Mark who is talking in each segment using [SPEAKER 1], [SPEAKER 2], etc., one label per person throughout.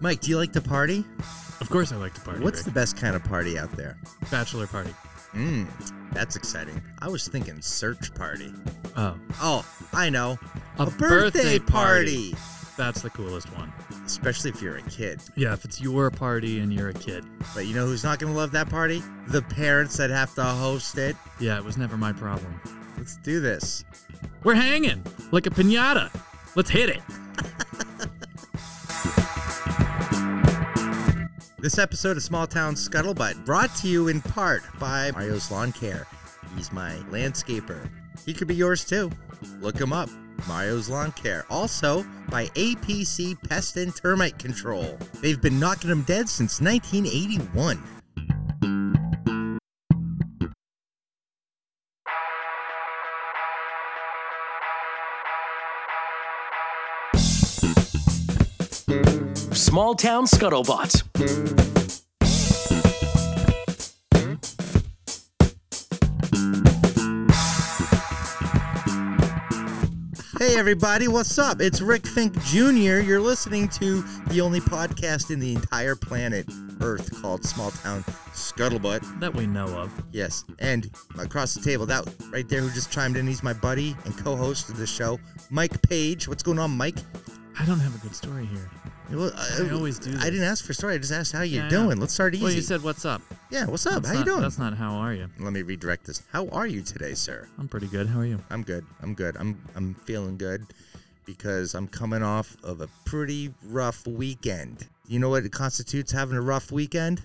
[SPEAKER 1] Mike, do you like to party?
[SPEAKER 2] Of course, I like to party.
[SPEAKER 1] What's the
[SPEAKER 2] Rick.
[SPEAKER 1] best kind of party out there?
[SPEAKER 2] bachelor party?
[SPEAKER 1] Mmm, that's exciting. I was thinking search party.
[SPEAKER 2] Oh,
[SPEAKER 1] Oh, I know.
[SPEAKER 2] A birthday party. that's the coolest one.
[SPEAKER 1] Especially if you're a kid.
[SPEAKER 2] Yeah, if it's your party and you're a kid.
[SPEAKER 1] But you know who's not going to love that party? The parents that have to host it.
[SPEAKER 2] Yeah, it was never my problem.
[SPEAKER 1] Let's do this.
[SPEAKER 2] We're hanging like a pinata. Let's hit it.
[SPEAKER 1] This episode of Small Town Scuttlebutt brought to you in part by Mario's Lawn Care. He's my landscaper. He could be yours too. Look him up. Mario's Lawn Care. Also by APC Pest and Termite Control. They've been knocking them dead since 1981.
[SPEAKER 3] Small Town Scuttlebutt.
[SPEAKER 1] Hey everybody, what's up? It's Rick Fink Jr. You're listening to the only podcast in the entire planet Earth called Small Town Scuttlebutt.
[SPEAKER 2] That we know of.
[SPEAKER 1] Yes, and across the table, that right there who just chimed in, he's my buddy and co-host of the show, Mike Page. What's going on, Mike?
[SPEAKER 2] I don't have a good story here.
[SPEAKER 1] Well,
[SPEAKER 2] I always do
[SPEAKER 1] I
[SPEAKER 2] this.
[SPEAKER 1] didn't ask for a story. I just asked how you
[SPEAKER 2] Yeah, I know.
[SPEAKER 1] doing. Let's start easy.
[SPEAKER 2] Well, you said what's up.
[SPEAKER 1] yeah, what's up?
[SPEAKER 2] That's
[SPEAKER 1] How
[SPEAKER 2] not,
[SPEAKER 1] you doing?
[SPEAKER 2] That's not how are you.
[SPEAKER 1] Let me redirect this. How are you today, sir?
[SPEAKER 2] I'm pretty good. How are you?
[SPEAKER 1] I'm good. I'm good. I'm I'm feeling good because I'm coming off of a pretty rough weekend. You know what it constitutes having a rough weekend?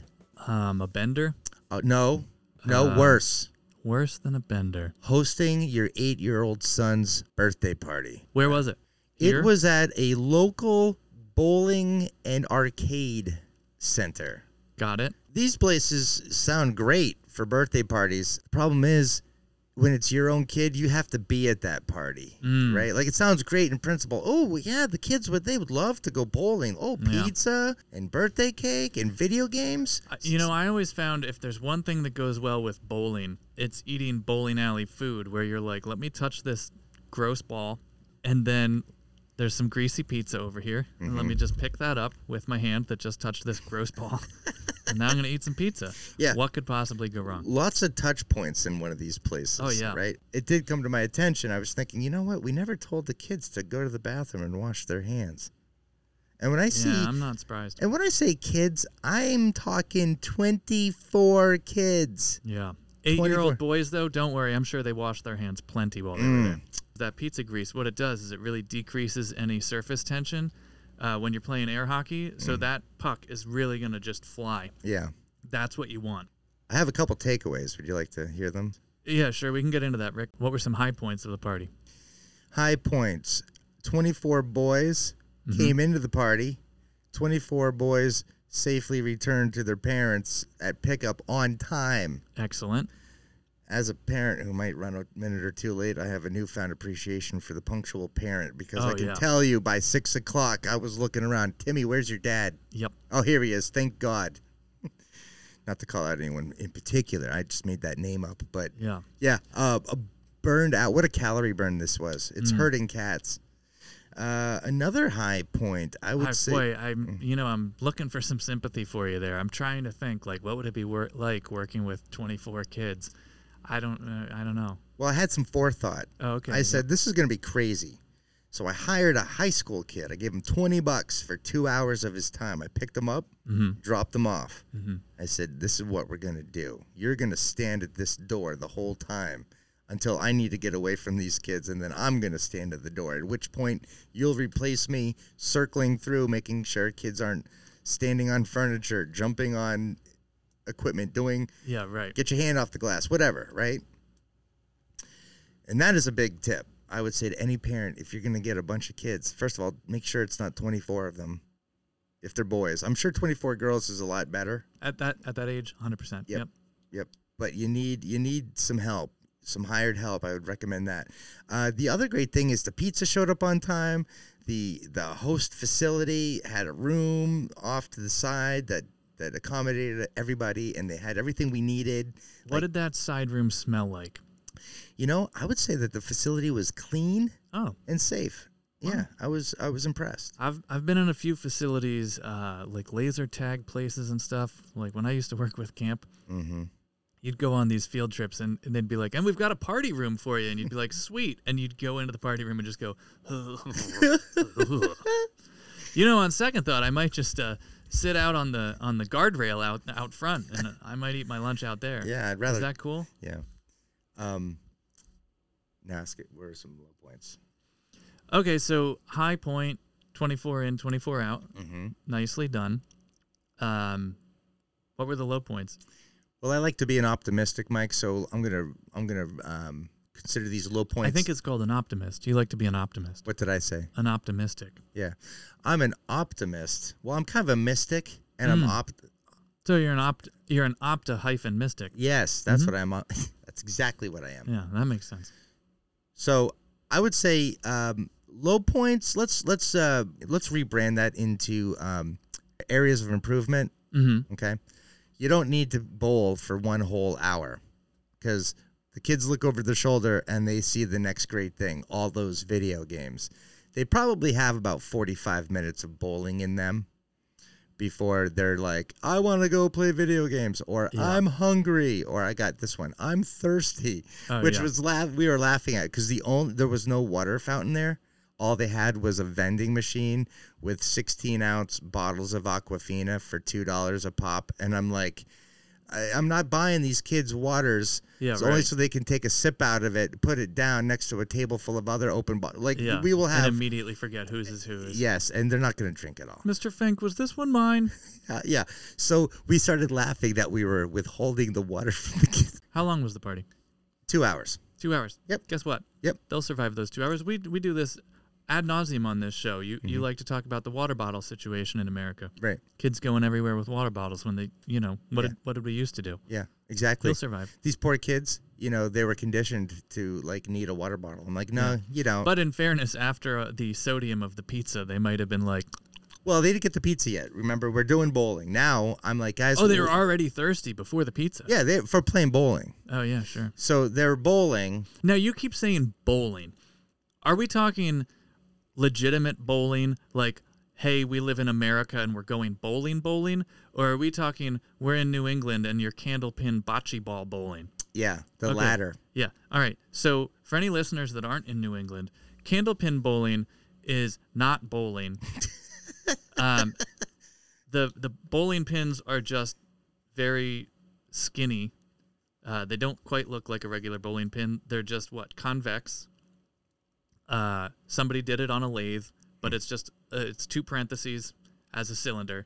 [SPEAKER 2] Um, a bender?
[SPEAKER 1] Uh, no, no,
[SPEAKER 2] Uh,
[SPEAKER 1] worse.
[SPEAKER 2] Worse than a bender.
[SPEAKER 1] Hosting your eight-year-old son's birthday party.
[SPEAKER 2] Where was it? Here?
[SPEAKER 1] It was at a local bowling and arcade center.
[SPEAKER 2] Got it.
[SPEAKER 1] These places sound great for birthday parties. The problem is, when it's your own kid, you have to be at that party,
[SPEAKER 2] Mm.
[SPEAKER 1] right? Like it sounds great in principle. Oh yeah, the kids would they would love to go bowling. Oh,
[SPEAKER 2] Yeah.
[SPEAKER 1] pizza and birthday cake and video games.
[SPEAKER 2] I- You know, I always found if there's one thing that goes well with bowling, it's eating bowling alley food where you're like, let me touch this gross ball, and then there's some greasy pizza over here, and
[SPEAKER 1] Mm-hmm.
[SPEAKER 2] let me just pick that up with my hand that just touched this gross ball, and now I'm gonna eat some pizza.
[SPEAKER 1] Yeah.
[SPEAKER 2] What could possibly go wrong?
[SPEAKER 1] lots of touch points in one of these places.
[SPEAKER 2] Oh, yeah.
[SPEAKER 1] Right? It did come to my attention. I was thinking, you know what? We never told the kids to go to the bathroom and wash their hands. And when I see
[SPEAKER 2] Yeah, I'm not surprised.
[SPEAKER 1] and when I say kids, I'm talking twenty four kids.
[SPEAKER 2] Yeah. Eight-year-old
[SPEAKER 1] 24.
[SPEAKER 2] boys, though, don't worry. I'm sure they wash their hands plenty while they were there. That pizza grease, what it does is it really decreases any surface tension uh, when you're playing air hockey. So that puck is really going to just fly.
[SPEAKER 1] Yeah.
[SPEAKER 2] That's what you want.
[SPEAKER 1] I have a couple takeaways. Would you like to hear them?
[SPEAKER 2] Yeah, sure. We can get into that, Rick. What were some high points of the party?
[SPEAKER 1] High points. Twenty four boys
[SPEAKER 2] Mm-hmm.
[SPEAKER 1] came into the party. Twenty four boys safely returned to their parents at pickup on time.
[SPEAKER 2] Excellent.
[SPEAKER 1] as a parent who might run a minute or two late, I have a newfound appreciation for the punctual parent because I
[SPEAKER 2] Oh,
[SPEAKER 1] can
[SPEAKER 2] yeah.
[SPEAKER 1] tell you by six o'clock I was looking around. Timmy, where's your dad?
[SPEAKER 2] Yep.
[SPEAKER 1] Oh, here he is. Thank God. Not to call out anyone in particular. I just made that name up, but
[SPEAKER 2] Yeah.
[SPEAKER 1] yeah, uh, a burned out. What a calorie burn this was. It's hurting cats. Uh, another high point, I would
[SPEAKER 2] I,
[SPEAKER 1] say.
[SPEAKER 2] boy, I'm. You know, I'm looking for some sympathy for you there. I'm trying to think like, what would it be wor- like working with 24 kids? I don't. Uh, I don't know.
[SPEAKER 1] Well, I had some forethought.
[SPEAKER 2] Oh, okay.
[SPEAKER 1] I said, this is going to be crazy. So I hired a high school kid. I gave him 20 bucks for two hours of his time. I picked him up, dropped him off. I said, this is what we're going to do. You're going to stand at this door the whole time until I need to get away from these kids, and then I'm going to stand at the door, at which point you'll replace me circling through, making sure kids aren't standing on furniture, jumping on equipment, doing
[SPEAKER 2] Yeah. Right.
[SPEAKER 1] get your hand off the glass, whatever, right? And that is a big tip. I would say to any parent, if you're going to get a bunch of kids, first of all, make sure it's not 24 of them. If they're boys, I'm sure 24 girls is a lot better.
[SPEAKER 2] At that at that age, hundred percent.
[SPEAKER 1] Yep.
[SPEAKER 2] Yep.
[SPEAKER 1] Yep. But you need you need some help, some hired help. I would recommend that. Uh, the other great thing is the pizza showed up on time. The the host facility had a room off to the side that that accommodated everybody, and they had everything we needed.
[SPEAKER 2] What did that side room smell like?
[SPEAKER 1] You know, I would say that the facility was clean
[SPEAKER 2] Oh,
[SPEAKER 1] and safe. Yeah, I was I was impressed.
[SPEAKER 2] I've I've been in a few facilities, uh, like laser tag places and stuff. Like when I used to work with camp,
[SPEAKER 1] Mm-hmm.
[SPEAKER 2] you'd go on these field trips and, and they'd be like, and we've got a party room for you, and you'd be like, sweet, and you'd go into the party room and just go, you know, on second thought, I might just uh, sit out on the on the guardrail out out front, and I might eat my lunch out there. Is
[SPEAKER 1] Yeah, I'd rather.
[SPEAKER 2] that cool?
[SPEAKER 1] yeah. Um. Now, ask it. Where are some low points?
[SPEAKER 2] Okay, so high point, twenty four in, twenty four out,
[SPEAKER 1] Mm-hmm.
[SPEAKER 2] nicely done. Um, what were the low points?
[SPEAKER 1] Well, I like to be an optimistic, Mike. So I'm gonna I'm gonna um, consider these low points.
[SPEAKER 2] I think it's called an optimist. You like to be an optimist.
[SPEAKER 1] What did I say?
[SPEAKER 2] An optimistic.
[SPEAKER 1] Yeah, I'm an optimist. Well, I'm kind of a mystic, and
[SPEAKER 2] Hmm.
[SPEAKER 1] I'm opt.
[SPEAKER 2] So you're an opt. You're an opta hyphen mystic.
[SPEAKER 1] Yes, that's what
[SPEAKER 2] Mm-hmm.
[SPEAKER 1] I'm. o- that's exactly what I am.
[SPEAKER 2] Yeah, that makes sense.
[SPEAKER 1] So I would say um, low points. Let's let's uh, let's rebrand that into um, areas of improvement.
[SPEAKER 2] hmm
[SPEAKER 1] Okay, you don't need to bowl for one whole hour because the kids look over their shoulder and they see the next great thing. All those video games. They probably have about forty-five minutes of bowling in them before they're like, "I want to go play video games," or
[SPEAKER 2] Yeah.
[SPEAKER 1] "I'm hungry," or "I got this one," "I'm thirsty."
[SPEAKER 2] Oh,
[SPEAKER 1] which
[SPEAKER 2] yeah.
[SPEAKER 1] was laugh we were laughing at because the only there was no water fountain there. All they had was a vending machine with 16 ounce bottles of Aquafina for two dollars a pop, and I'm like, I, I'm not buying these kids waters.
[SPEAKER 2] Yeah,
[SPEAKER 1] it's only
[SPEAKER 2] right.
[SPEAKER 1] so they can take a sip out of it, put it down next to a table full of other open bottles. Like
[SPEAKER 2] Yeah.
[SPEAKER 1] we will have
[SPEAKER 2] and immediately forget whose is whose.
[SPEAKER 1] yes, and they're not going to drink it all.
[SPEAKER 2] Mr. Fink, was this one mine?
[SPEAKER 1] Uh, yeah, so we started laughing that we were withholding the water from the kids.
[SPEAKER 2] How long was the party?
[SPEAKER 1] Two hours.
[SPEAKER 2] Two hours.
[SPEAKER 1] Yep.
[SPEAKER 2] Guess what?
[SPEAKER 1] Yep.
[SPEAKER 2] They'll survive those two hours. We we do this ad nauseum on this show. You
[SPEAKER 1] Mm-hmm.
[SPEAKER 2] you like to talk about the water bottle situation in America.
[SPEAKER 1] Right.
[SPEAKER 2] Kids going everywhere with water bottles when they you know what did, what did we used to do?
[SPEAKER 1] Yeah. Exactly.
[SPEAKER 2] They'll survive.
[SPEAKER 1] these poor kids, you know, they were conditioned to like need a water bottle. I'm like, no, you don't.
[SPEAKER 2] But in fairness, after uh, the sodium of the pizza, they might have been like,
[SPEAKER 1] well, they didn't get the pizza yet. Remember, we're doing bowling now. I'm like, guys,
[SPEAKER 2] "Oh, they
[SPEAKER 1] we're-
[SPEAKER 2] were already thirsty before the pizza."
[SPEAKER 1] Yeah, they for playing bowling.
[SPEAKER 2] Oh yeah, sure.
[SPEAKER 1] So they're bowling.
[SPEAKER 2] Now you keep saying bowling. Are we talking legitimate bowling? Like, hey, we live in America and we're going bowling bowling? Or are we talking we're in New England and you're candlepin bocce ball bowling?
[SPEAKER 1] Yeah, the
[SPEAKER 2] Okay.
[SPEAKER 1] ladder.
[SPEAKER 2] Yeah. All right. So for any listeners that aren't in New England, candlepin bowling is not bowling. um, the the bowling pins are just very skinny. Uh, they don't quite look like a regular bowling pin. They're just what convex. Uh, somebody did it on a lathe, but it's just uh, it's two parentheses as a cylinder,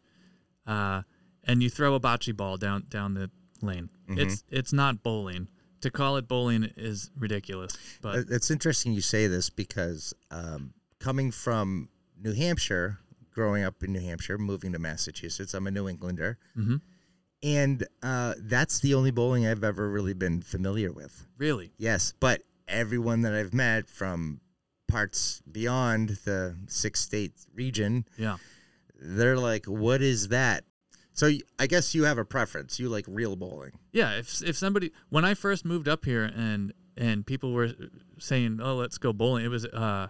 [SPEAKER 2] uh, and you throw a bocce ball down down the lane. It's it's not bowling. To call it bowling is ridiculous. But
[SPEAKER 1] Uh, It's interesting you say this because um, coming from New Hampshire, growing up in New Hampshire, moving to Massachusetts, I'm a New Englander,
[SPEAKER 2] Mhm.
[SPEAKER 1] and uh, that's the only bowling I've ever really been familiar with.
[SPEAKER 2] really,
[SPEAKER 1] Yes, but everyone that I've met from parts beyond the six state region,
[SPEAKER 2] yeah.
[SPEAKER 1] they're like, "What is that?" So y- I guess you have a preference. You like real bowling.
[SPEAKER 2] Yeah, if if somebody when I first moved up here and and people were saying, "Oh, let's go bowling," it was uh,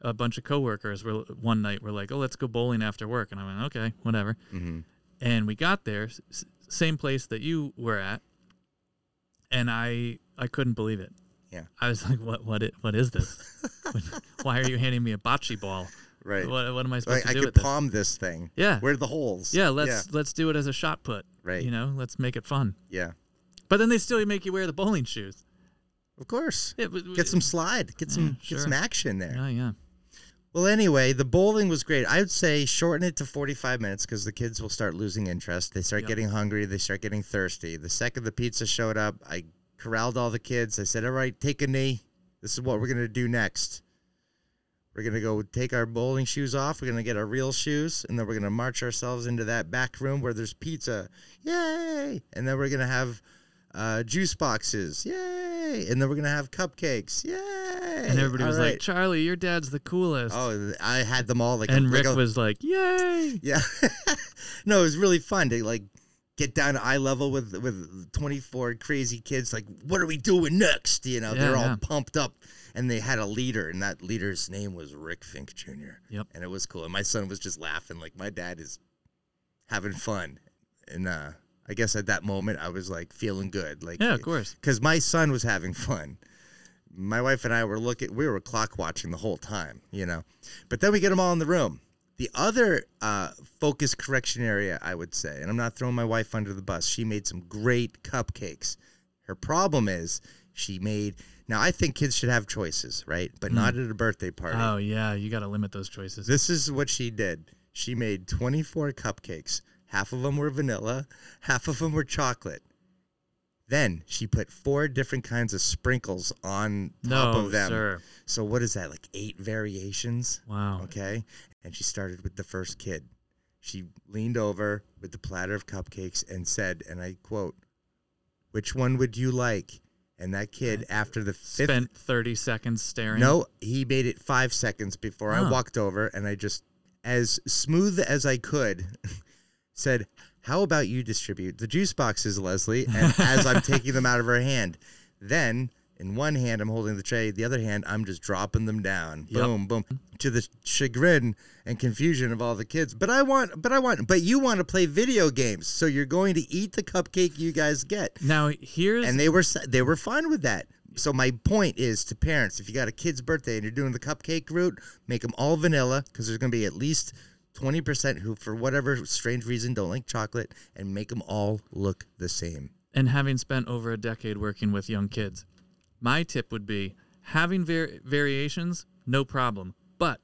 [SPEAKER 2] a bunch of coworkers were one night were like, "Oh, let's go bowling after work," and I went, "Okay, whatever."
[SPEAKER 1] Mhm.
[SPEAKER 2] And we got there, s- s- same place that you were at, and I I couldn't believe it.
[SPEAKER 1] Yeah.
[SPEAKER 2] I was like, "What what i- what is this? Why are you handing me a bocce ball?
[SPEAKER 1] Right.
[SPEAKER 2] What what am I supposed
[SPEAKER 1] Like I
[SPEAKER 2] to do
[SPEAKER 1] could
[SPEAKER 2] with this?"
[SPEAKER 1] palm this thing.
[SPEAKER 2] Yeah.
[SPEAKER 1] Where are the holes?
[SPEAKER 2] yeah, let's let's do it as a shot put.
[SPEAKER 1] Right.
[SPEAKER 2] You know, let's make it fun.
[SPEAKER 1] yeah, yeah.
[SPEAKER 2] But then they still make you wear the bowling shoes.
[SPEAKER 1] Of course.
[SPEAKER 2] Yeah, but,
[SPEAKER 1] Get some slide. Get some
[SPEAKER 2] Mm. sure.
[SPEAKER 1] get some action there.
[SPEAKER 2] Yeah, yeah.
[SPEAKER 1] Well, anyway, the bowling was great. I would say shorten it to 45 minutes because the kids will start losing interest. They start
[SPEAKER 2] Yep.
[SPEAKER 1] getting hungry. They start getting thirsty. The second the pizza showed up, I corralled all the kids. I said, All right, take a knee. This is what we're going to do next. We're going to go take our bowling shoes off. We're going to get our real shoes. And then we're going to march ourselves into that back room where there's pizza. Yay. And then we're going to have uh, juice boxes. Yay. And then we're going to have cupcakes. Yay.
[SPEAKER 2] And everybody was
[SPEAKER 1] like,
[SPEAKER 2] like, "Charlie, your dad's the coolest."
[SPEAKER 1] Oh, th- I had them all like.
[SPEAKER 2] and
[SPEAKER 1] like
[SPEAKER 2] Rick
[SPEAKER 1] a-
[SPEAKER 2] was like, "Yay!"
[SPEAKER 1] Yeah. no, it was really fun to like get down to eye level with with 24 crazy kids like what are we doing next you know
[SPEAKER 2] Yeah,
[SPEAKER 1] they're all
[SPEAKER 2] yeah.
[SPEAKER 1] pumped up and they had a leader and that leader's name was rick fink jr
[SPEAKER 2] Yep.
[SPEAKER 1] and it was cool and my son was just laughing like my dad is having fun and uh i guess at that moment i was like feeling good like
[SPEAKER 2] Yeah, of course.
[SPEAKER 1] because my son was having fun my wife and i were looking we were clock watching the whole time you know but then we get them all in the room the other uh, focus correction area i would say and i'm not throwing my wife under the bus she made some great cupcakes her problem is she made now i think kids should have choices right but not at a birthday party
[SPEAKER 2] Oh yeah, you got to limit those choices.
[SPEAKER 1] this is what she did. She made 24 cupcakes. Half of them were vanilla, half of them were chocolate. Then she put four different kinds of sprinkles on top
[SPEAKER 2] no,
[SPEAKER 1] of them.
[SPEAKER 2] sir.
[SPEAKER 1] So what is that? Like eight variations?
[SPEAKER 2] Wow.
[SPEAKER 1] Okay. And she started with the first kid. She leaned over with the platter of cupcakes and said, and I quote, "Which one would you like?" And that kid after the fifth
[SPEAKER 2] Spent 30 seconds staring.
[SPEAKER 1] no, he made it five seconds before I
[SPEAKER 2] Huh.
[SPEAKER 1] walked over, and I just, as smooth as I could, said, "How about you distribute the juice boxes, Leslie?" And as I'm taking them out of her hand, then in one hand I'm holding the tray, the other hand I'm just dropping them down,
[SPEAKER 2] Yep.
[SPEAKER 1] boom, boom, to the chagrin and confusion of all the kids. But I want, but I want, but you want to play video games, so you're going to eat the cupcake you guys get
[SPEAKER 2] Now here's
[SPEAKER 1] and they were s- they were fine with that. So my point is to parents: if you got a kid's birthday and you're doing the cupcake route, make them all vanilla because there's going to be at least twenty percent who, for whatever strange reason, don't like chocolate, and make them all look the same.
[SPEAKER 2] and having spent over a decade working with young kids, my tip would be having var- variations, no problem, but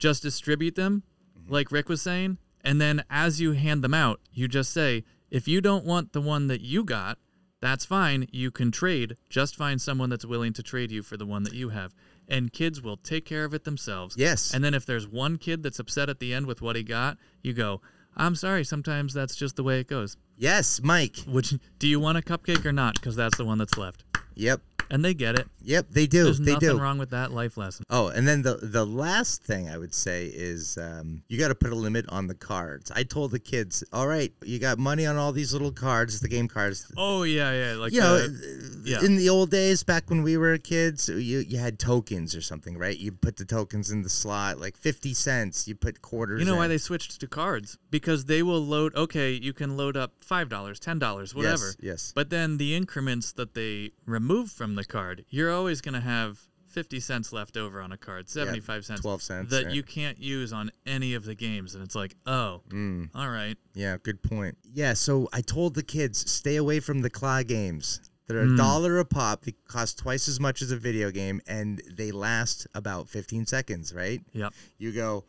[SPEAKER 2] just distribute them, like Rick was saying. And then as you hand them out, you just say, if you don't want the one that you got, that's fine. You can trade. Just find someone that's willing to trade you for the one that you have. And kids will take care of it themselves.
[SPEAKER 1] Yes.
[SPEAKER 2] And then if there's one kid that's upset at the end with what he got, you go, I'm sorry. Sometimes that's just the way it goes.
[SPEAKER 1] Yes, Mike.
[SPEAKER 2] Which do you want a cupcake or not? Because that's the one that's left,
[SPEAKER 1] Yep,
[SPEAKER 2] and they get it.
[SPEAKER 1] yep. They do.
[SPEAKER 2] There's
[SPEAKER 1] Oh, they
[SPEAKER 2] nothing
[SPEAKER 1] do.
[SPEAKER 2] wrong with that life lesson.
[SPEAKER 1] Oh, and then the the last thing I would say is um, you got to put a limit on the cards. I told the kids, all right, you got money on all these little cards, the game cards.
[SPEAKER 2] Oh yeah, yeah. Like
[SPEAKER 1] you know,
[SPEAKER 2] the- yeah.
[SPEAKER 1] in the old days, back when we were kids, you you had tokens or something, right? You put the tokens in the slot, like fifty cents. You put quarters.
[SPEAKER 2] you know why
[SPEAKER 1] in.
[SPEAKER 2] they switched to cards? Because they will load. Okay, you can load up five dollars, ten dollars, whatever.
[SPEAKER 1] Yes, yes.
[SPEAKER 2] But then the increments that they remove from the card, you're always gonna have fifty cents left over on a card, seventy-five cents,
[SPEAKER 1] 12 cents,
[SPEAKER 2] that
[SPEAKER 1] yeah.
[SPEAKER 2] you can't use on any of the games, and it's like, oh,
[SPEAKER 1] Mm.
[SPEAKER 2] all right,
[SPEAKER 1] yeah, good point. Yeah, so I told the kids stay away from the claw games. They're
[SPEAKER 2] Hmm.
[SPEAKER 1] a dollar a pop. They cost twice as much as a video game, and they last about fifteen seconds, right?
[SPEAKER 2] yep,
[SPEAKER 1] you go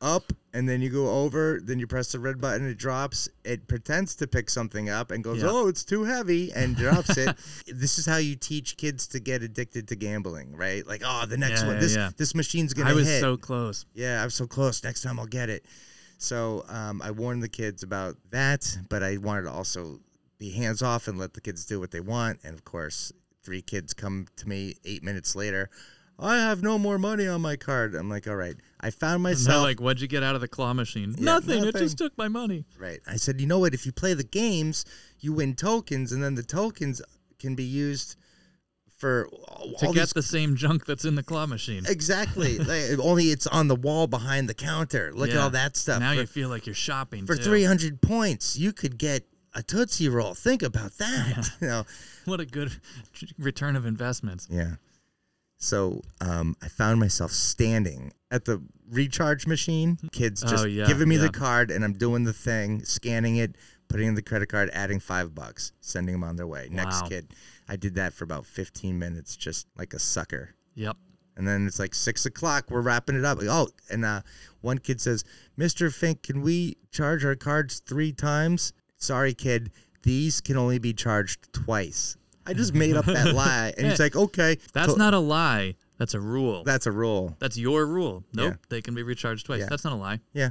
[SPEAKER 1] up and then you go over then you press the red button it drops it pretends to pick something up and goes
[SPEAKER 2] Yeah.
[SPEAKER 1] oh it's too heavy and drops it this is how you teach kids to get addicted to gambling right like oh the next
[SPEAKER 2] Yeah,
[SPEAKER 1] one
[SPEAKER 2] yeah,
[SPEAKER 1] this
[SPEAKER 2] yeah.
[SPEAKER 1] this machine's gonna
[SPEAKER 2] I was
[SPEAKER 1] hit
[SPEAKER 2] so close.
[SPEAKER 1] yeah i'm so close next time i'll get it so um, i warned the kids about that but i wanted to also be hands off and let the kids do what they want and of course three kids come to me eight minutes later i have no more money on my card i'm like all right i found
[SPEAKER 2] And they're
[SPEAKER 1] myself
[SPEAKER 2] like, what'd you get out of the claw machine?
[SPEAKER 1] Yeah,
[SPEAKER 2] nothing. It
[SPEAKER 1] nothing.
[SPEAKER 2] just took my money.
[SPEAKER 1] Right. I said, you know what? If you play the games, you win tokens, and then the tokens can be used for all
[SPEAKER 2] to
[SPEAKER 1] all
[SPEAKER 2] get
[SPEAKER 1] these-
[SPEAKER 2] the same junk that's in the claw machine.
[SPEAKER 1] exactly. like, only it's on the wall behind the counter. Look at
[SPEAKER 2] Yeah.
[SPEAKER 1] all that stuff.
[SPEAKER 2] Now
[SPEAKER 1] for
[SPEAKER 2] you feel like you're shopping
[SPEAKER 1] for
[SPEAKER 2] too.
[SPEAKER 1] three hundred points, you could get a tootsie roll. Think about that. you know.
[SPEAKER 2] What a good return of investments.
[SPEAKER 1] Yeah. So um, I found myself standing at the recharge machine. Kids just
[SPEAKER 2] Oh, yeah,
[SPEAKER 1] giving me
[SPEAKER 2] yeah.
[SPEAKER 1] the card, and I'm doing the thing, scanning it, putting in the credit card, adding five bucks, sending them on their way. Next
[SPEAKER 2] Wow.
[SPEAKER 1] kid. I did that for about 15 minutes, just like a sucker.
[SPEAKER 2] Yep.
[SPEAKER 1] And then it's like six o'clock. We're wrapping it up. Oh, and uh, one kid says, "Mr. Fink, can we charge our cards three times?" Sorry, kid. These can only be charged twice. I just made up that lie, and he's like, "Okay,
[SPEAKER 2] That's
[SPEAKER 1] To-
[SPEAKER 2] not a lie. That's a rule.
[SPEAKER 1] that's a rule."
[SPEAKER 2] that's your rule. Nope.
[SPEAKER 1] Yeah.
[SPEAKER 2] They can be recharged twice.
[SPEAKER 1] Yeah.
[SPEAKER 2] That's not a lie.
[SPEAKER 1] Yeah.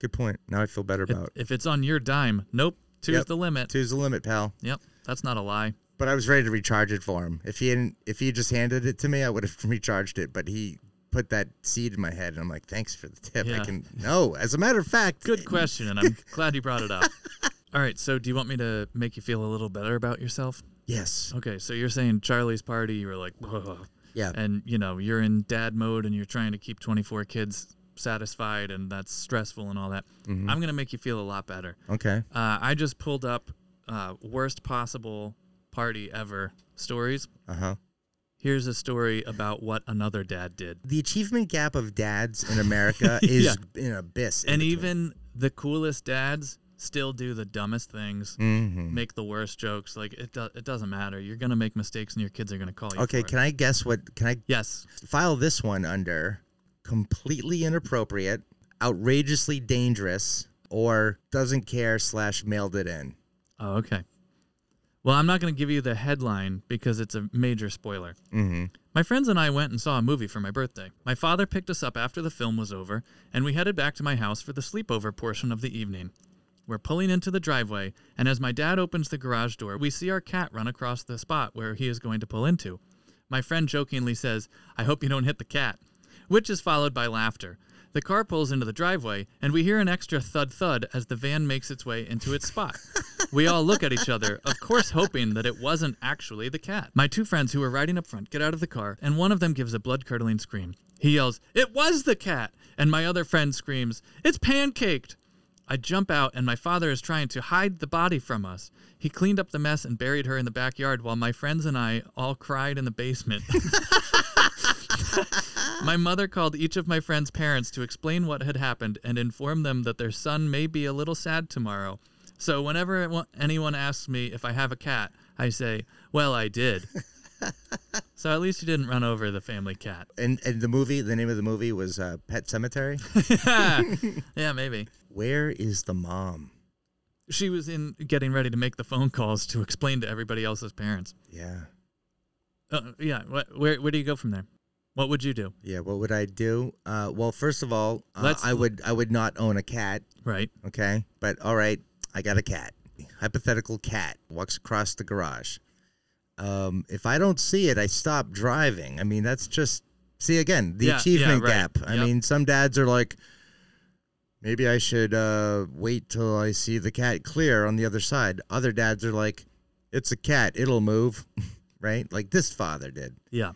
[SPEAKER 1] Good point. Now I feel better
[SPEAKER 2] If,
[SPEAKER 1] about it.
[SPEAKER 2] if it's on your dime, nope. Two's
[SPEAKER 1] Yep.
[SPEAKER 2] the limit.
[SPEAKER 1] Two's the limit, pal.
[SPEAKER 2] Yep. That's not a lie.
[SPEAKER 1] But I was ready to recharge it for him. If he hadn't, if he just handed it to me, I would have recharged it. But he put that seed in my head, and I'm like, thanks for the tip.
[SPEAKER 2] Yeah.
[SPEAKER 1] I can no. As a matter of fact,
[SPEAKER 2] Good question, and I'm glad you brought it up. All right, so do you want me to make you feel a little better about yourself?
[SPEAKER 1] Yes.
[SPEAKER 2] Okay, so you're saying Charlie's party, you were like, whoa.
[SPEAKER 1] Yeah.
[SPEAKER 2] And, you know, you're in dad mode and you're trying to keep 24 kids satisfied and that's stressful and all that. I'm going to make you feel a lot better.
[SPEAKER 1] Okay.
[SPEAKER 2] Uh, I just pulled up uh, worst possible party ever stories.
[SPEAKER 1] Uh huh.
[SPEAKER 2] Here's a story about what another dad did.
[SPEAKER 1] The achievement gap of dads in America is
[SPEAKER 2] Yeah.
[SPEAKER 1] an abyss.
[SPEAKER 2] And even the coolest dads still do the dumbest things,
[SPEAKER 1] hmm
[SPEAKER 2] make the worst jokes. Like, it, do- it doesn't matter. You're going to make mistakes and your kids are going to call you.
[SPEAKER 1] Okay.
[SPEAKER 2] for it.
[SPEAKER 1] Can I guess what? Can I
[SPEAKER 2] Yes.
[SPEAKER 1] file this one under completely inappropriate, outrageously dangerous, or doesn't care slash mailed it in.
[SPEAKER 2] Oh, okay. Well, I'm not going to give you the headline because it's a major spoiler.
[SPEAKER 1] Mm-hmm.
[SPEAKER 2] My friends and I went and saw a movie for my birthday. My father picked us up after the film was over, and we headed back to my house for the sleepover portion of the evening. We're pulling into the driveway, and as my dad opens the garage door, we see our cat run across the spot where he is going to pull into. My friend jokingly says, I hope you don't hit the cat, which is followed by laughter. The car pulls into the driveway, and we hear an extra thud thud as the van makes its way into its spot. We all look at each other, of course, hoping that it wasn't actually the cat. My two friends who were riding up front get out of the car, and one of them gives a blood curdling scream. He yells, It was the cat! And my other friend screams, It's pancaked! I jump out, and my father is trying to hide the body from us. He cleaned up the mess and buried her in the backyard while my friends and I all cried in the basement. My mother called each of my friends' parents to explain what had happened and inform them that their son may be a little sad tomorrow. So, whenever it wa- anyone asks me if I have a cat, I say, Well, I did. so, at least you didn't run over the family cat.
[SPEAKER 1] And and the movie, the name of the movie was uh, Pet Cemetery.
[SPEAKER 2] yeah, maybe.
[SPEAKER 1] Where is the mom?
[SPEAKER 2] She was in getting ready to make the phone calls to explain to everybody else's parents.
[SPEAKER 1] Yeah,
[SPEAKER 2] Uh, yeah, wh- where, where do you go from there? What would you do?
[SPEAKER 1] yeah. What would I do? Uh, well, first of all, uh,
[SPEAKER 2] Let's-
[SPEAKER 1] I would I would not own a cat.
[SPEAKER 2] Right?
[SPEAKER 1] Okay, but all right, I got a cat. Hypothetical cat walks across the garage. Um, if I don't see it, I stop driving. I mean, that's just see again the
[SPEAKER 2] Yeah, yeah,
[SPEAKER 1] achievement
[SPEAKER 2] right.
[SPEAKER 1] gap. I
[SPEAKER 2] Yep.
[SPEAKER 1] mean, some dads are like, maybe I should uh, wait till I see the cat clear on the other side. Other dads are like, it's a cat, it'll move, right? Like this father did.
[SPEAKER 2] Yeah.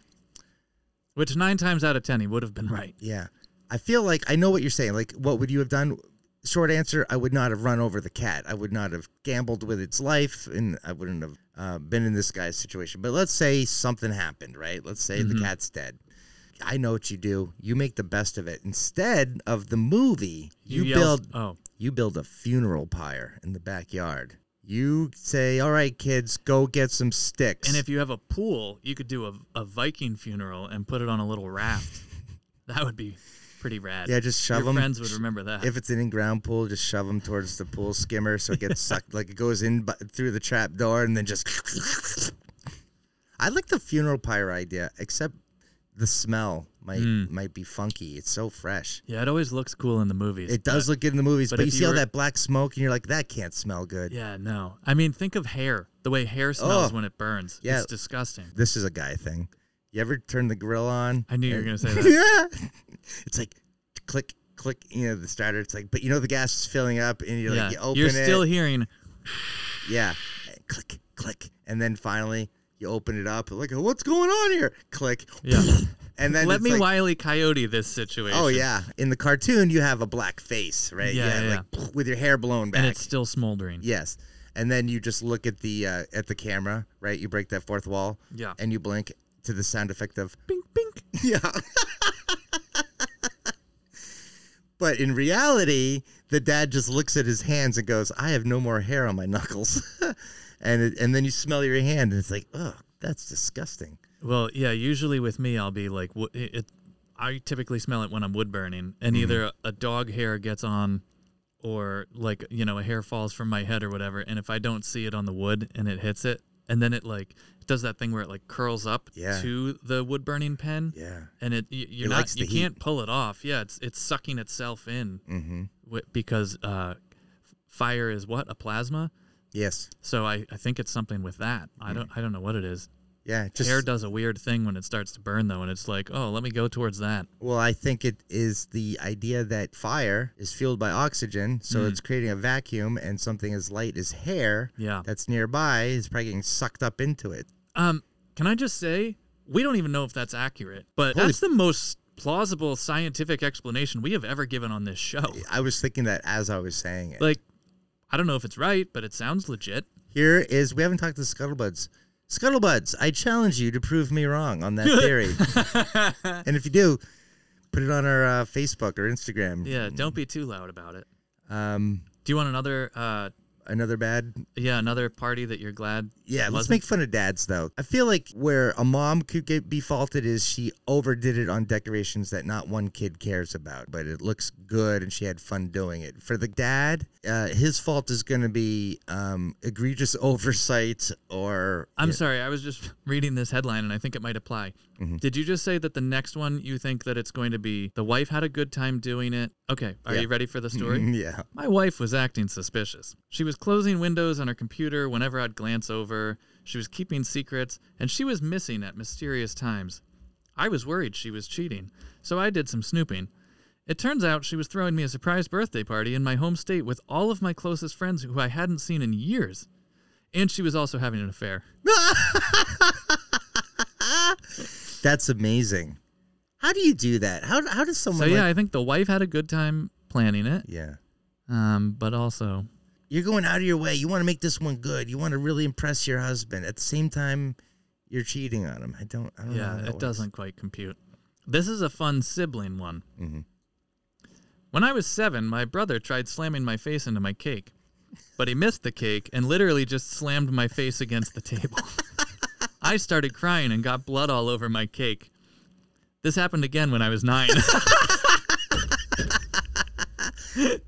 [SPEAKER 2] Which nine times out of ten, he would have been right.
[SPEAKER 1] Yeah, I feel like I know what you're saying. Like, what would you have done? Short answer: I would not have run over the cat. I would not have gambled with its life, and I wouldn't have uh, been in this guy's situation. But let's say something happened, right? Let's say
[SPEAKER 2] Mm-hmm.
[SPEAKER 1] the cat's dead. I know what you do. You make the best of it. Instead of the movie, you,
[SPEAKER 2] yell-
[SPEAKER 1] build
[SPEAKER 2] Oh,
[SPEAKER 1] you build a funeral pyre in the backyard. You say, "All right, kids, go get some sticks."
[SPEAKER 2] And if you have a pool, you could do a, a Viking funeral and put it on a little raft. that would be pretty rad.
[SPEAKER 1] yeah, just shove
[SPEAKER 2] Your
[SPEAKER 1] them.
[SPEAKER 2] friends would remember that.
[SPEAKER 1] If it's an in-ground pool, just shove them towards the pool skimmer so it gets sucked, like it goes in bu- through the trap door and then just. I like the funeral pyre idea, except the smell might
[SPEAKER 2] Hmm.
[SPEAKER 1] might be funky. It's so fresh.
[SPEAKER 2] yeah, it always looks cool in the movies.
[SPEAKER 1] It does look good in the movies,
[SPEAKER 2] but
[SPEAKER 1] but, you
[SPEAKER 2] if you
[SPEAKER 1] see all
[SPEAKER 2] were-
[SPEAKER 1] that black smoke and you're like, that can't smell good.
[SPEAKER 2] Yeah, no. I mean, think of hair. The way hair smells
[SPEAKER 1] Oh.
[SPEAKER 2] when it burns.
[SPEAKER 1] Yeah.
[SPEAKER 2] It's disgusting.
[SPEAKER 1] This is a guy thing. You ever turn the grill on?
[SPEAKER 2] I knew you were gonna say that.
[SPEAKER 1] yeah. It's like click click. You know the starter. It's like, but you know the gas is filling up, and you're
[SPEAKER 2] yeah.
[SPEAKER 1] like, you open
[SPEAKER 2] You're
[SPEAKER 1] it.
[SPEAKER 2] still hearing
[SPEAKER 1] Yeah. And click, click. And then finally you open it up. Like, what's going on here? Click.
[SPEAKER 2] Yeah.
[SPEAKER 1] And then
[SPEAKER 2] Let
[SPEAKER 1] it's
[SPEAKER 2] me
[SPEAKER 1] like,
[SPEAKER 2] Wiley Coyote this situation.
[SPEAKER 1] Oh yeah. In the cartoon you have a black face, right?
[SPEAKER 2] Yeah, yeah,
[SPEAKER 1] Like with your hair blown back.
[SPEAKER 2] And it's still smoldering.
[SPEAKER 1] yes. And then you just look at the uh, at the camera, right? You break that fourth wall.
[SPEAKER 2] Yeah.
[SPEAKER 1] And you blink to the sound effect of
[SPEAKER 2] Bing bing.
[SPEAKER 1] Yeah. but in reality, the dad just looks at his hands and goes, "I have no more hair on my knuckles," and it, and then you smell your hand and it's like, "Ugh, that's disgusting."
[SPEAKER 2] Well, yeah. Usually with me, I'll be like, wo- it, it, I typically smell it when I'm wood burning,
[SPEAKER 1] Mm-hmm.
[SPEAKER 2] and either a dog hair gets on, or like you know a hair falls from my head or whatever. And if I don't see it on the wood and it hits it, and then it like does that thing where it like curls up
[SPEAKER 1] Yeah.
[SPEAKER 2] to the wood burning pen,
[SPEAKER 1] Yeah.
[SPEAKER 2] and it you, you're
[SPEAKER 1] It
[SPEAKER 2] not
[SPEAKER 1] likes the
[SPEAKER 2] you
[SPEAKER 1] heat.
[SPEAKER 2] can't pull it off. Yeah, it's it's sucking itself in
[SPEAKER 1] Mm-hmm.
[SPEAKER 2] wi- because uh, f- fire is what a plasma.
[SPEAKER 1] Yes.
[SPEAKER 2] So I, I think it's something with that. I don't I don't know what it is.
[SPEAKER 1] Yeah, Hmm. just
[SPEAKER 2] Hair does a weird thing when it starts to burn, though, and it's like, oh, let me go towards that.
[SPEAKER 1] well, I think it is the idea that fire is fueled by oxygen, so it's creating a vacuum, and something as light as hair
[SPEAKER 2] Yeah.
[SPEAKER 1] that's nearby is probably getting sucked up into it.
[SPEAKER 2] Um, can I just say we don't even know if that's accurate, but
[SPEAKER 1] Holy-
[SPEAKER 2] that's the most plausible scientific explanation we have ever given on this show.
[SPEAKER 1] I was thinking that as I was saying it.
[SPEAKER 2] Like, I don't know if it's right, but it sounds legit.
[SPEAKER 1] Here is we haven't talked to Scuttlebuds. Scuttlebuds, I challenge you to prove me wrong on that theory. and if you do, put it on our uh, Facebook or Instagram.
[SPEAKER 2] Yeah, don't be too loud about it.
[SPEAKER 1] Hmm. Um,
[SPEAKER 2] Do you want another? Uh,
[SPEAKER 1] another bad.
[SPEAKER 2] yeah, another party that you're glad.
[SPEAKER 1] Yeah, let's
[SPEAKER 2] wasn't?
[SPEAKER 1] make fun of dads though. I feel like where a mom could get be faulted is she overdid it on decorations that not one kid cares about, but it looks good and she had fun doing it. For the dad, uh, his fault is going to be um, egregious oversight or
[SPEAKER 2] I'm sorry, I was just reading this headline and I think it might apply. Did you just say that the next one you think that it's going to be the wife had a good time doing it? Okay, are
[SPEAKER 1] Yeah.
[SPEAKER 2] you ready for the story?
[SPEAKER 1] yeah.
[SPEAKER 2] My wife was acting suspicious. She was closing windows on her computer whenever I'd glance over, she was keeping secrets, and she was missing at mysterious times. I was worried she was cheating, so I did some snooping. It turns out she was throwing me a surprise birthday party in my home state with all of my closest friends who I hadn't seen in years. And she was also having an affair.
[SPEAKER 1] That's amazing. How do you do that? How, how does someone
[SPEAKER 2] So yeah,
[SPEAKER 1] like-
[SPEAKER 2] I think the wife had a good time planning it,
[SPEAKER 1] yeah.
[SPEAKER 2] um, but also
[SPEAKER 1] You're going out of your way. You want to make this one good. You want to really impress your husband. At the same time, you're cheating on him. I don't I don't know. how
[SPEAKER 2] yeah,
[SPEAKER 1] Mm, that
[SPEAKER 2] it
[SPEAKER 1] works.
[SPEAKER 2] doesn't quite compute. This is a fun sibling one.
[SPEAKER 1] Mm-hmm.
[SPEAKER 2] When I was seven, my brother tried slamming my face into my cake, but he missed the cake and literally just slammed my face against the table. I started crying and got blood all over my cake. This happened again when I was nine.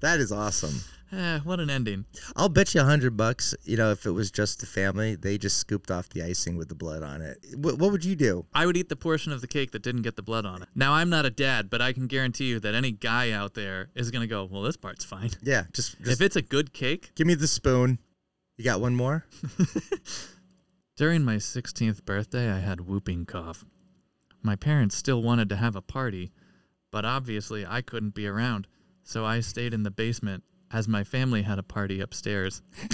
[SPEAKER 1] That is awesome.
[SPEAKER 2] Eh, what an ending.
[SPEAKER 1] I'll bet you a hundred bucks. You know, if it was just the family, they just scooped off the icing with the blood on it. What, what would you do?
[SPEAKER 2] I would eat the portion of the cake that didn't get the blood on it. Now, I'm not a dad, but I can guarantee you that any guy out there is going to go, well, this part's fine.
[SPEAKER 1] Yeah, just, just
[SPEAKER 2] if it's a good cake,
[SPEAKER 1] give me the spoon. You got one more?
[SPEAKER 2] During my 16th birthday, I had whooping cough. My parents still wanted to have a party, but obviously I couldn't be around, so I stayed in the basement as my family had a party upstairs.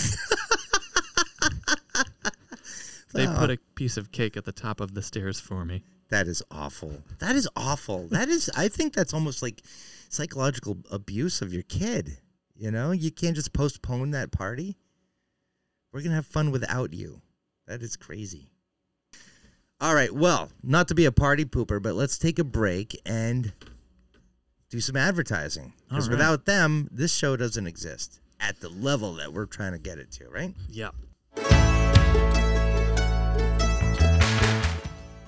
[SPEAKER 2] they put a piece of cake at the top of the stairs for me.
[SPEAKER 1] That is awful. That is awful. That is I think that's almost like psychological abuse of your kid. You know, you can't just postpone that party. We're going to have fun without you. That is crazy. All right, well, not to be a party pooper, but let's take a break and do some advertising. Because
[SPEAKER 2] All right.
[SPEAKER 1] without them, this show doesn't exist at the level that we're trying to get it to, right?
[SPEAKER 2] Yeah.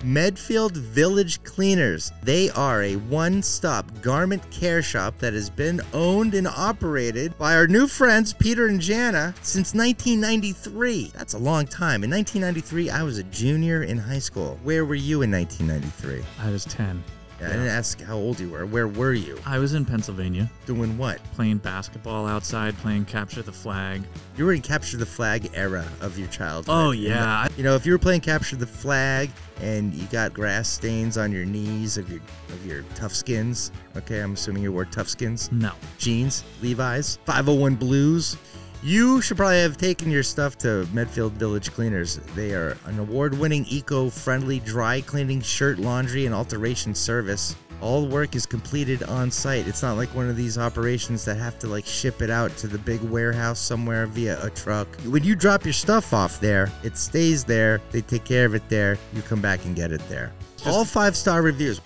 [SPEAKER 1] Medfield Village Cleaners. They are a one stop garment care shop that has been owned and operated by our new friends Peter and Jana since 1993. That's a long time. In 1993, I was a junior in high school. Where were you in 1993?
[SPEAKER 2] I was 10.
[SPEAKER 1] Yeah, I didn't ask how old you were. Where were you?
[SPEAKER 2] I was in Pennsylvania
[SPEAKER 1] Doing what?
[SPEAKER 2] playing basketball outside, playing capture the flag.
[SPEAKER 1] You were in Capture the Flag era of your childhood.
[SPEAKER 2] Oh, yeah. I-
[SPEAKER 1] You know, if you were playing capture the flag and you got grass stains on your knees of your of your tough skins, okay, I'm assuming you wore tough skins,
[SPEAKER 2] No.
[SPEAKER 1] jeans, Levi's, 501 blues, you should probably have taken your stuff to Medfield Village Cleaners. They are an award-winning eco-friendly dry cleaning, shirt laundry and alteration service. All work is completed on site. It's not like one of these operations that have to like ship it out to the big warehouse somewhere via a truck. When you drop your stuff off there, it stays there. They take care of it there. You come back and get it there.
[SPEAKER 2] just-
[SPEAKER 1] All five-star reviews.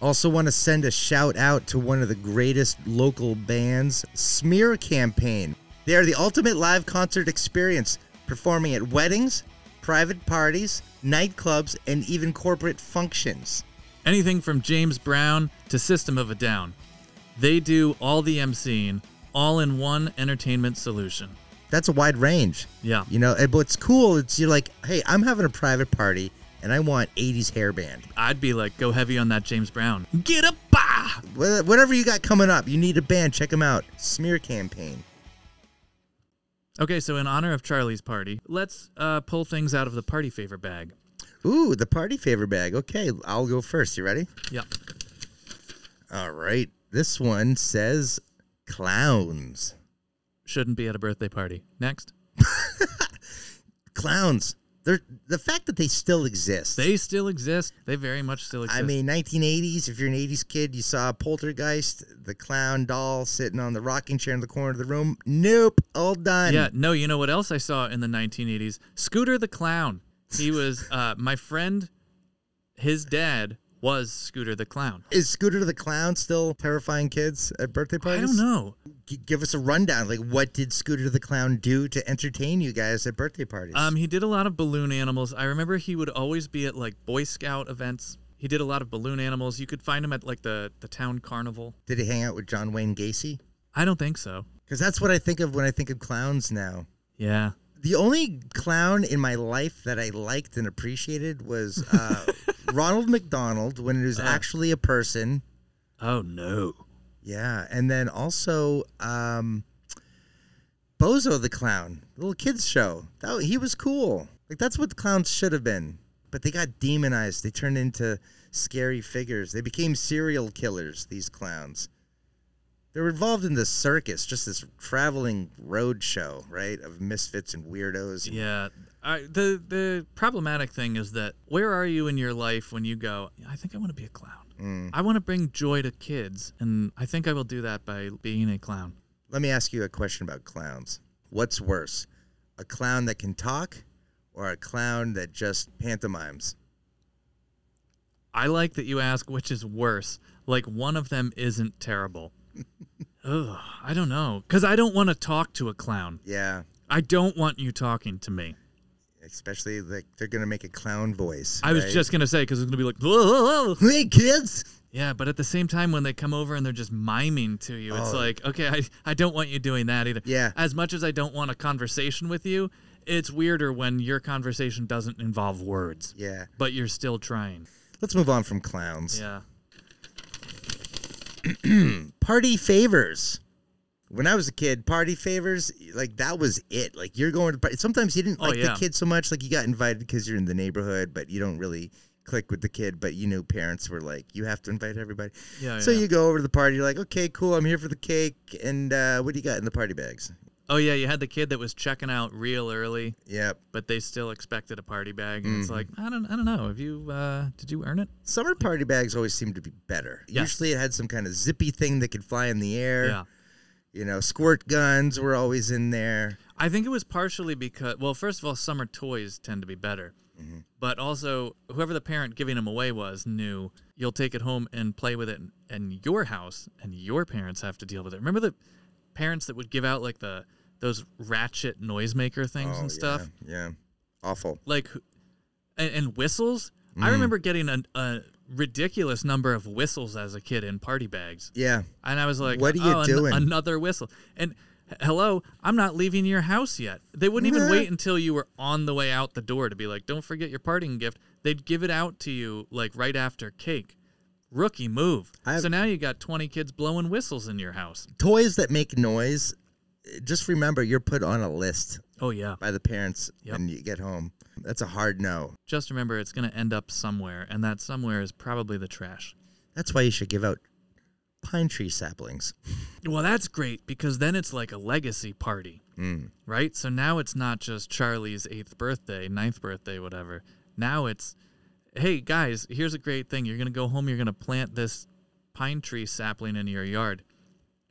[SPEAKER 1] Also, want to send a shout out to one of the greatest local bands, Smear Campaign. They are the ultimate live concert experience, performing at weddings, private parties, nightclubs, and even corporate functions.
[SPEAKER 2] anything from James Brown to System of a Down. They do all the emceeing, all in one entertainment solution.
[SPEAKER 1] That's a wide range.
[SPEAKER 2] Yeah.
[SPEAKER 1] You know, and what's cool, it's you're like, hey, I'm having a private party and I want 80s hair band.
[SPEAKER 2] I'd be like, go heavy on that James Brown. Get up, bah!
[SPEAKER 1] Wh- Whatever you got coming up, you need a band, check them out. Smear Campaign.
[SPEAKER 2] Okay, so in honor of Charlie's party, let's uh, pull things out of the party favor bag.
[SPEAKER 1] Ooh, the party favor bag. Okay, I'll go first. You ready?
[SPEAKER 2] Yeah.
[SPEAKER 1] All right. This one says clowns.
[SPEAKER 2] Shouldn't be at a birthday party. Next.
[SPEAKER 1] Clowns. They're the fact that they still exist.
[SPEAKER 2] They still exist. They very much still
[SPEAKER 1] I
[SPEAKER 2] exist.
[SPEAKER 1] mean, 1980s. If you're an 80s kid, you saw Poltergeist, the clown doll sitting on the rocking chair in the corner of the room. Nope, all done.
[SPEAKER 2] Yeah, no, you know what else I saw in the 1980s? Scooter the Clown. He was uh, my friend. His dad was Scooter the Clown.
[SPEAKER 1] Is Scooter the Clown still terrifying kids at birthday
[SPEAKER 2] I
[SPEAKER 1] parties?
[SPEAKER 2] don't know.
[SPEAKER 1] G- give us a rundown. Like, what did Scooter the Clown do to entertain you guys at birthday parties?
[SPEAKER 2] Um, he did a lot of balloon animals. I remember he would always be at like Boy Scout events. He did a lot of balloon animals. You could find him at like the the town carnival.
[SPEAKER 1] did he hang out with John Wayne Gacy?
[SPEAKER 2] I don't think so.
[SPEAKER 1] Because that's what I think of when I think of clowns now.
[SPEAKER 2] Yeah.
[SPEAKER 1] The only clown in my life that I liked and appreciated was uh, Ronald McDonald when it was actually a person.
[SPEAKER 2] Oh no.
[SPEAKER 1] Yeah, and then also um, Bozo the Clown, the little kids show. That he was cool. Like that's what clowns should have been. But they got demonized. They turned into scary figures. They became serial killers. These clowns. They were involved in the circus, just this traveling road show, right, of misfits and weirdos. and-
[SPEAKER 2] Yeah. I, the the problematic thing is that where are you in your life when you go? I think I want to be a clown.
[SPEAKER 1] Mm.
[SPEAKER 2] I want to bring joy to kids, and I think I will do that by being a clown.
[SPEAKER 1] Let me ask you a question about clowns. What's worse, a clown that can talk, or a clown that just pantomimes?
[SPEAKER 2] I like that you ask which is worse. Like one of them isn't terrible. Ugh, I don't know, because I don't want to talk to a clown.
[SPEAKER 1] Yeah.
[SPEAKER 2] I don't want you talking to me.
[SPEAKER 1] especially like they're gonna make a clown voice.
[SPEAKER 2] I was
[SPEAKER 1] right?
[SPEAKER 2] just gonna say because it's gonna be like, "Whoa, whoa, whoa."
[SPEAKER 1] hey kids.
[SPEAKER 2] yeah, but at the same time, when they come over and they're just miming to you, it's
[SPEAKER 1] Oh.
[SPEAKER 2] like, okay, I, I don't want you doing that either.
[SPEAKER 1] Yeah.
[SPEAKER 2] As much as I don't want a conversation with you, it's weirder when your conversation doesn't involve words,
[SPEAKER 1] Yeah,
[SPEAKER 2] but you're still trying.
[SPEAKER 1] let's move on from clowns.
[SPEAKER 2] Yeah.
[SPEAKER 1] Party favors. When I was a kid, party favors like that was it. Like you're going to party. Sometimes you didn't
[SPEAKER 2] Oh,
[SPEAKER 1] like
[SPEAKER 2] yeah.
[SPEAKER 1] the kid so much, like you got invited because you're in the neighborhood, but you don't really click with the kid. But you knew parents were like, you have to invite everybody.
[SPEAKER 2] Yeah.
[SPEAKER 1] so
[SPEAKER 2] Oh, yeah.
[SPEAKER 1] you go over to the party. You're like, okay, cool. I'm here for the cake. And uh, what do you got in the party bags?
[SPEAKER 2] Oh yeah, you had the kid that was checking out real early,
[SPEAKER 1] Yep.
[SPEAKER 2] but they still expected a party bag, and
[SPEAKER 1] Mm-hmm.
[SPEAKER 2] it's like, I don't, I don't know. Have you, uh, did you earn it?
[SPEAKER 1] Summer party bags always seem to be better.
[SPEAKER 2] Yes.
[SPEAKER 1] Usually it had some kind of zippy thing that could fly in the air.
[SPEAKER 2] Yeah.
[SPEAKER 1] you know, squirt guns were always in there.
[SPEAKER 2] I think it was partially because, well, first of all, summer toys tend to be better.
[SPEAKER 1] Mm-hmm.
[SPEAKER 2] But also, whoever the parent giving them away was knew you'll take it home and play with it in, in your house, and your parents have to deal with it. Remember the parents that would give out like the those ratchet noisemaker things
[SPEAKER 1] Oh,
[SPEAKER 2] and stuff,
[SPEAKER 1] Yeah, yeah. Awful.
[SPEAKER 2] like who- and, and whistles.
[SPEAKER 1] Mm-hmm.
[SPEAKER 2] I remember getting a, a ridiculous number of whistles as a kid in party bags.
[SPEAKER 1] Yeah.
[SPEAKER 2] And I was like,
[SPEAKER 1] What are you
[SPEAKER 2] "Oh, an-
[SPEAKER 1] doing?"
[SPEAKER 2] another whistle. And h- hello, I'm not leaving your house yet. They wouldn't even
[SPEAKER 1] Nah.
[SPEAKER 2] wait until you were on the way out the door to be like, don't forget your parting gift. They'd give it out to you like right after cake. Rookie move.
[SPEAKER 1] I-
[SPEAKER 2] so now you got 20 kids blowing whistles in your house.
[SPEAKER 1] Toys that make noise, just remember you're put on a list
[SPEAKER 2] Oh, yeah.
[SPEAKER 1] by the parents
[SPEAKER 2] Yep.
[SPEAKER 1] when you get home. That's a hard no.
[SPEAKER 2] Just remember, it's going to end up somewhere, and that somewhere is probably the trash.
[SPEAKER 1] That's why you should give out pine tree saplings.
[SPEAKER 2] Well, that's great because then it's like a legacy party,
[SPEAKER 1] Mm.
[SPEAKER 2] right? So now it's not just Charlie's eighth birthday, ninth birthday, whatever. Now it's, hey guys, here's a great thing. You're gonna go home. You're gonna plant this pine tree sapling in your yard,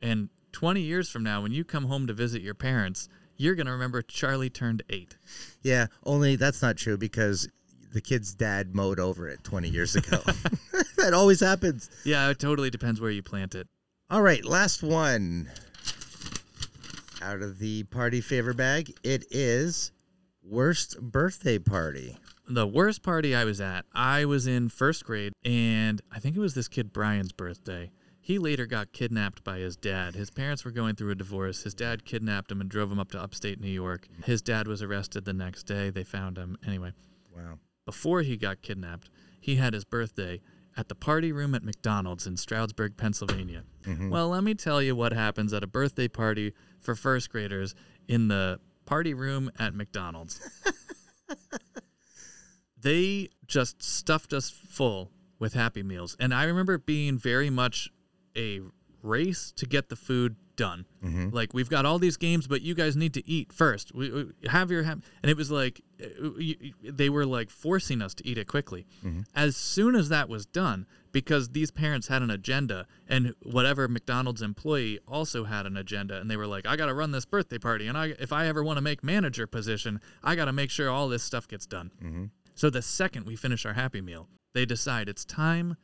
[SPEAKER 2] and 20 years from now, when you come home to visit your parents, you're gonna remember Charlie turned eight.
[SPEAKER 1] Yeah, only that's not true because the kid's dad mowed over it 20 years ago. that always happens.
[SPEAKER 2] Yeah, it totally depends where you plant it.
[SPEAKER 1] All right, last one out of the party favor bag. It is worst birthday party.
[SPEAKER 2] The worst party I was at, I was in first grade, and I think it was this kid Brian's birthday. He later got kidnapped by his dad. His parents were going through a divorce. His dad kidnapped him and drove him up to upstate New York. His dad was arrested the next day. They found him. Anyway,
[SPEAKER 1] Wow.
[SPEAKER 2] before he got kidnapped, he had his birthday at the party room at McDonald's in Stroudsburg, Pennsylvania. Well, let me tell you what happens at a birthday party for first graders in the party room at McDonald's. they just stuffed us full with Happy Meals. And I remember it being very much a race to get the food done. Like, we've got all these games, but you guys need to eat first. We, we- have your hap-" And it was like, uh, you- you- they were like forcing us to eat it quickly. As soon as that was done, because these parents had an agenda, and whatever McDonald's employee also had an agenda, and they were like, "I got to run this birthday party, and I, if I ever want to make manager position, I got to make sure all this stuff gets done." So the second we finish our Happy Meal, they decide it's time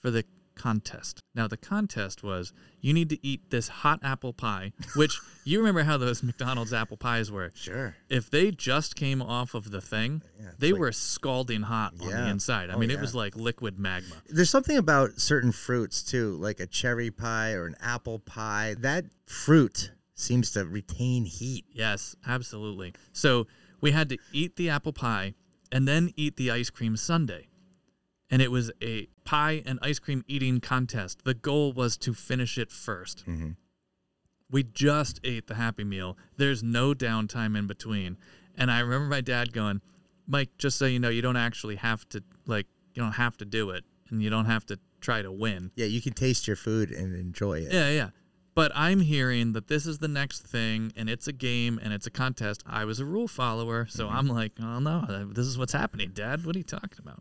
[SPEAKER 2] for the contest. Now the contest was you need to eat this hot apple pie, which you remember how those McDonald's apple pies were.
[SPEAKER 1] Sure.
[SPEAKER 2] If they just came off of the thing,
[SPEAKER 1] Yeah, it's
[SPEAKER 2] they
[SPEAKER 1] like-
[SPEAKER 2] were scalding hot on the
[SPEAKER 1] Yeah.
[SPEAKER 2] inside. I
[SPEAKER 1] Oh,
[SPEAKER 2] mean, it
[SPEAKER 1] yeah.
[SPEAKER 2] was like liquid magma.
[SPEAKER 1] There's something about certain fruits too, like a cherry pie or an apple pie. That fruit seems to retain heat.
[SPEAKER 2] Yes, absolutely. So we had to eat the apple pie and then eat the ice cream sundae. And it was a pie and ice cream eating contest. The goal was to finish it 1st We just ate the Happy Meal. There's no downtime in between. And I remember my dad going, Mike, just so you know, you don't actually have to, like, you don't have to do it and you don't have to try to win.
[SPEAKER 1] Yeah, you can taste your food and enjoy it.
[SPEAKER 2] Yeah, yeah. But I'm hearing that this is the next thing, and it's a game, and it's a contest. I was a rule follower, so I'm like, oh no, this is what's happening, Dad. What are you talking about?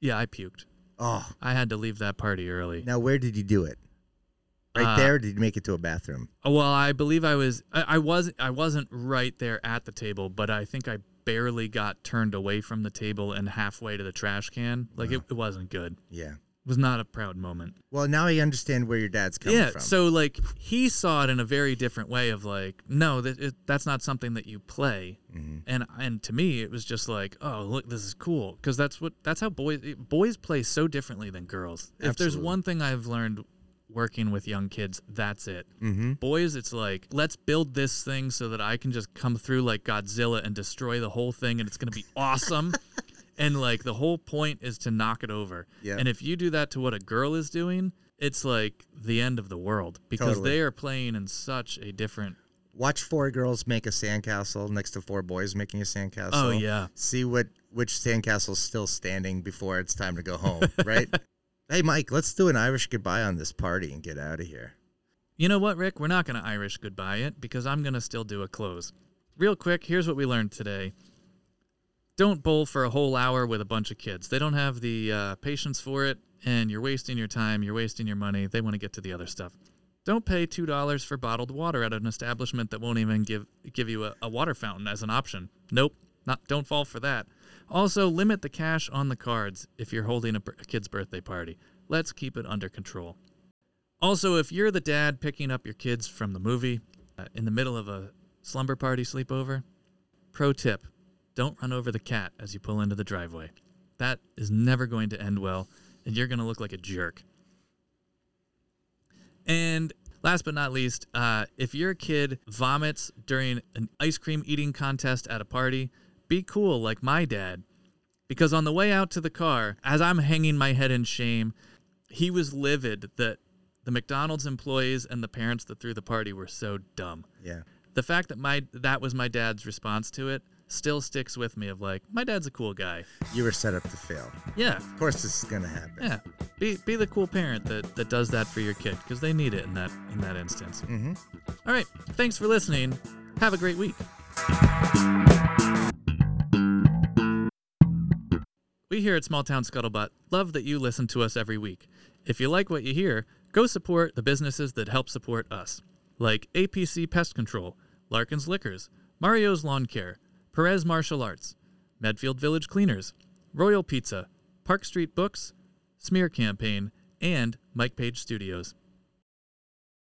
[SPEAKER 2] Yeah, I puked.
[SPEAKER 1] Oh,
[SPEAKER 2] I had to leave that party early.
[SPEAKER 1] now where did you do it? Right
[SPEAKER 2] Uh,
[SPEAKER 1] there, or did you make it to a bathroom?
[SPEAKER 2] Well, I believe I was. I, I was. I wasn't right there at the table, but I think I barely got turned away from the table and halfway to the trash can. Like it, it wasn't good. It
[SPEAKER 1] Yeah.
[SPEAKER 2] was not a proud moment.
[SPEAKER 1] Well, now I understand where your dad's coming
[SPEAKER 2] yeah
[SPEAKER 1] from.
[SPEAKER 2] so like he saw it in a very different way of like no that it, that's not something that you play
[SPEAKER 1] Mm-hmm.
[SPEAKER 2] and and to me it was just like oh look this is cool because that's what that's how boys boys play so differently than girls if there's
[SPEAKER 1] Absolutely.
[SPEAKER 2] one thing i've learned working with young kids that's it mm-hmm. boys it's like let's build this thing so that i can just come through like godzilla and destroy the whole thing and it's going to be awesome and like the whole point is to knock it over.
[SPEAKER 1] Yeah.
[SPEAKER 2] And if you do that to what a girl is doing, it's like the end of the world because
[SPEAKER 1] Totally.
[SPEAKER 2] they are playing in such a different.
[SPEAKER 1] Watch four girls make a sandcastle next to four boys making a sandcastle.
[SPEAKER 2] Oh yeah,
[SPEAKER 1] See what which sandcastle's still standing before it's time to go home, right? hey, Mike, let's do an Irish goodbye on this party and get out of here.
[SPEAKER 2] you know what, Rick? We're not gonna Irish goodbye it because I'm gonna still do a close. Real quick, here's what we learned today. Don't bowl for a whole hour with a bunch of kids. They don't have the uh, patience for it, and you're wasting your time. You're wasting your money. They want to get to the other stuff. Don't pay two dollars for bottled water at an establishment that won't even give give you a, a water fountain as an option. Nope, not don't fall for that. Also, limit the cash on the cards if you're holding a, bir- a kid's birthday party. Let's keep it under control. Also, if you're the dad picking up your kids from the movie uh, in the middle of a slumber party sleepover, pro tip: don't run over the cat as you pull into the driveway. That is never going to end well, and you're going to look like a jerk. And last but not least, uh, if your kid vomits during an ice cream eating contest at a party, be cool like my dad. Because on the way out to the car, as I'm hanging my head in shame, he was livid that the McDonald's employees and the parents that threw the party were so dumb.
[SPEAKER 1] Yeah.
[SPEAKER 2] The fact that my that was my dad's response to it still sticks with me of like, my dad's a cool guy.
[SPEAKER 1] You were set up to fail.
[SPEAKER 2] Yeah.
[SPEAKER 1] Of course this is gonna happen.
[SPEAKER 2] Yeah, be be the cool parent that that does that for your kid because they need it in that in that instance. Mm-hmm. right, thanks for listening. Have a great week. We here at Small Town Scuttlebutt love that you listen to us every week. If you like what you hear, go support the businesses that help support us, like APC Pest Control, Larkin's Liquors, Mario's Lawn Care, Perez Martial Arts, Medfield Village Cleaners, Royal Pizza, Park Street Books, Smear Campaign, and Mike Page Studios.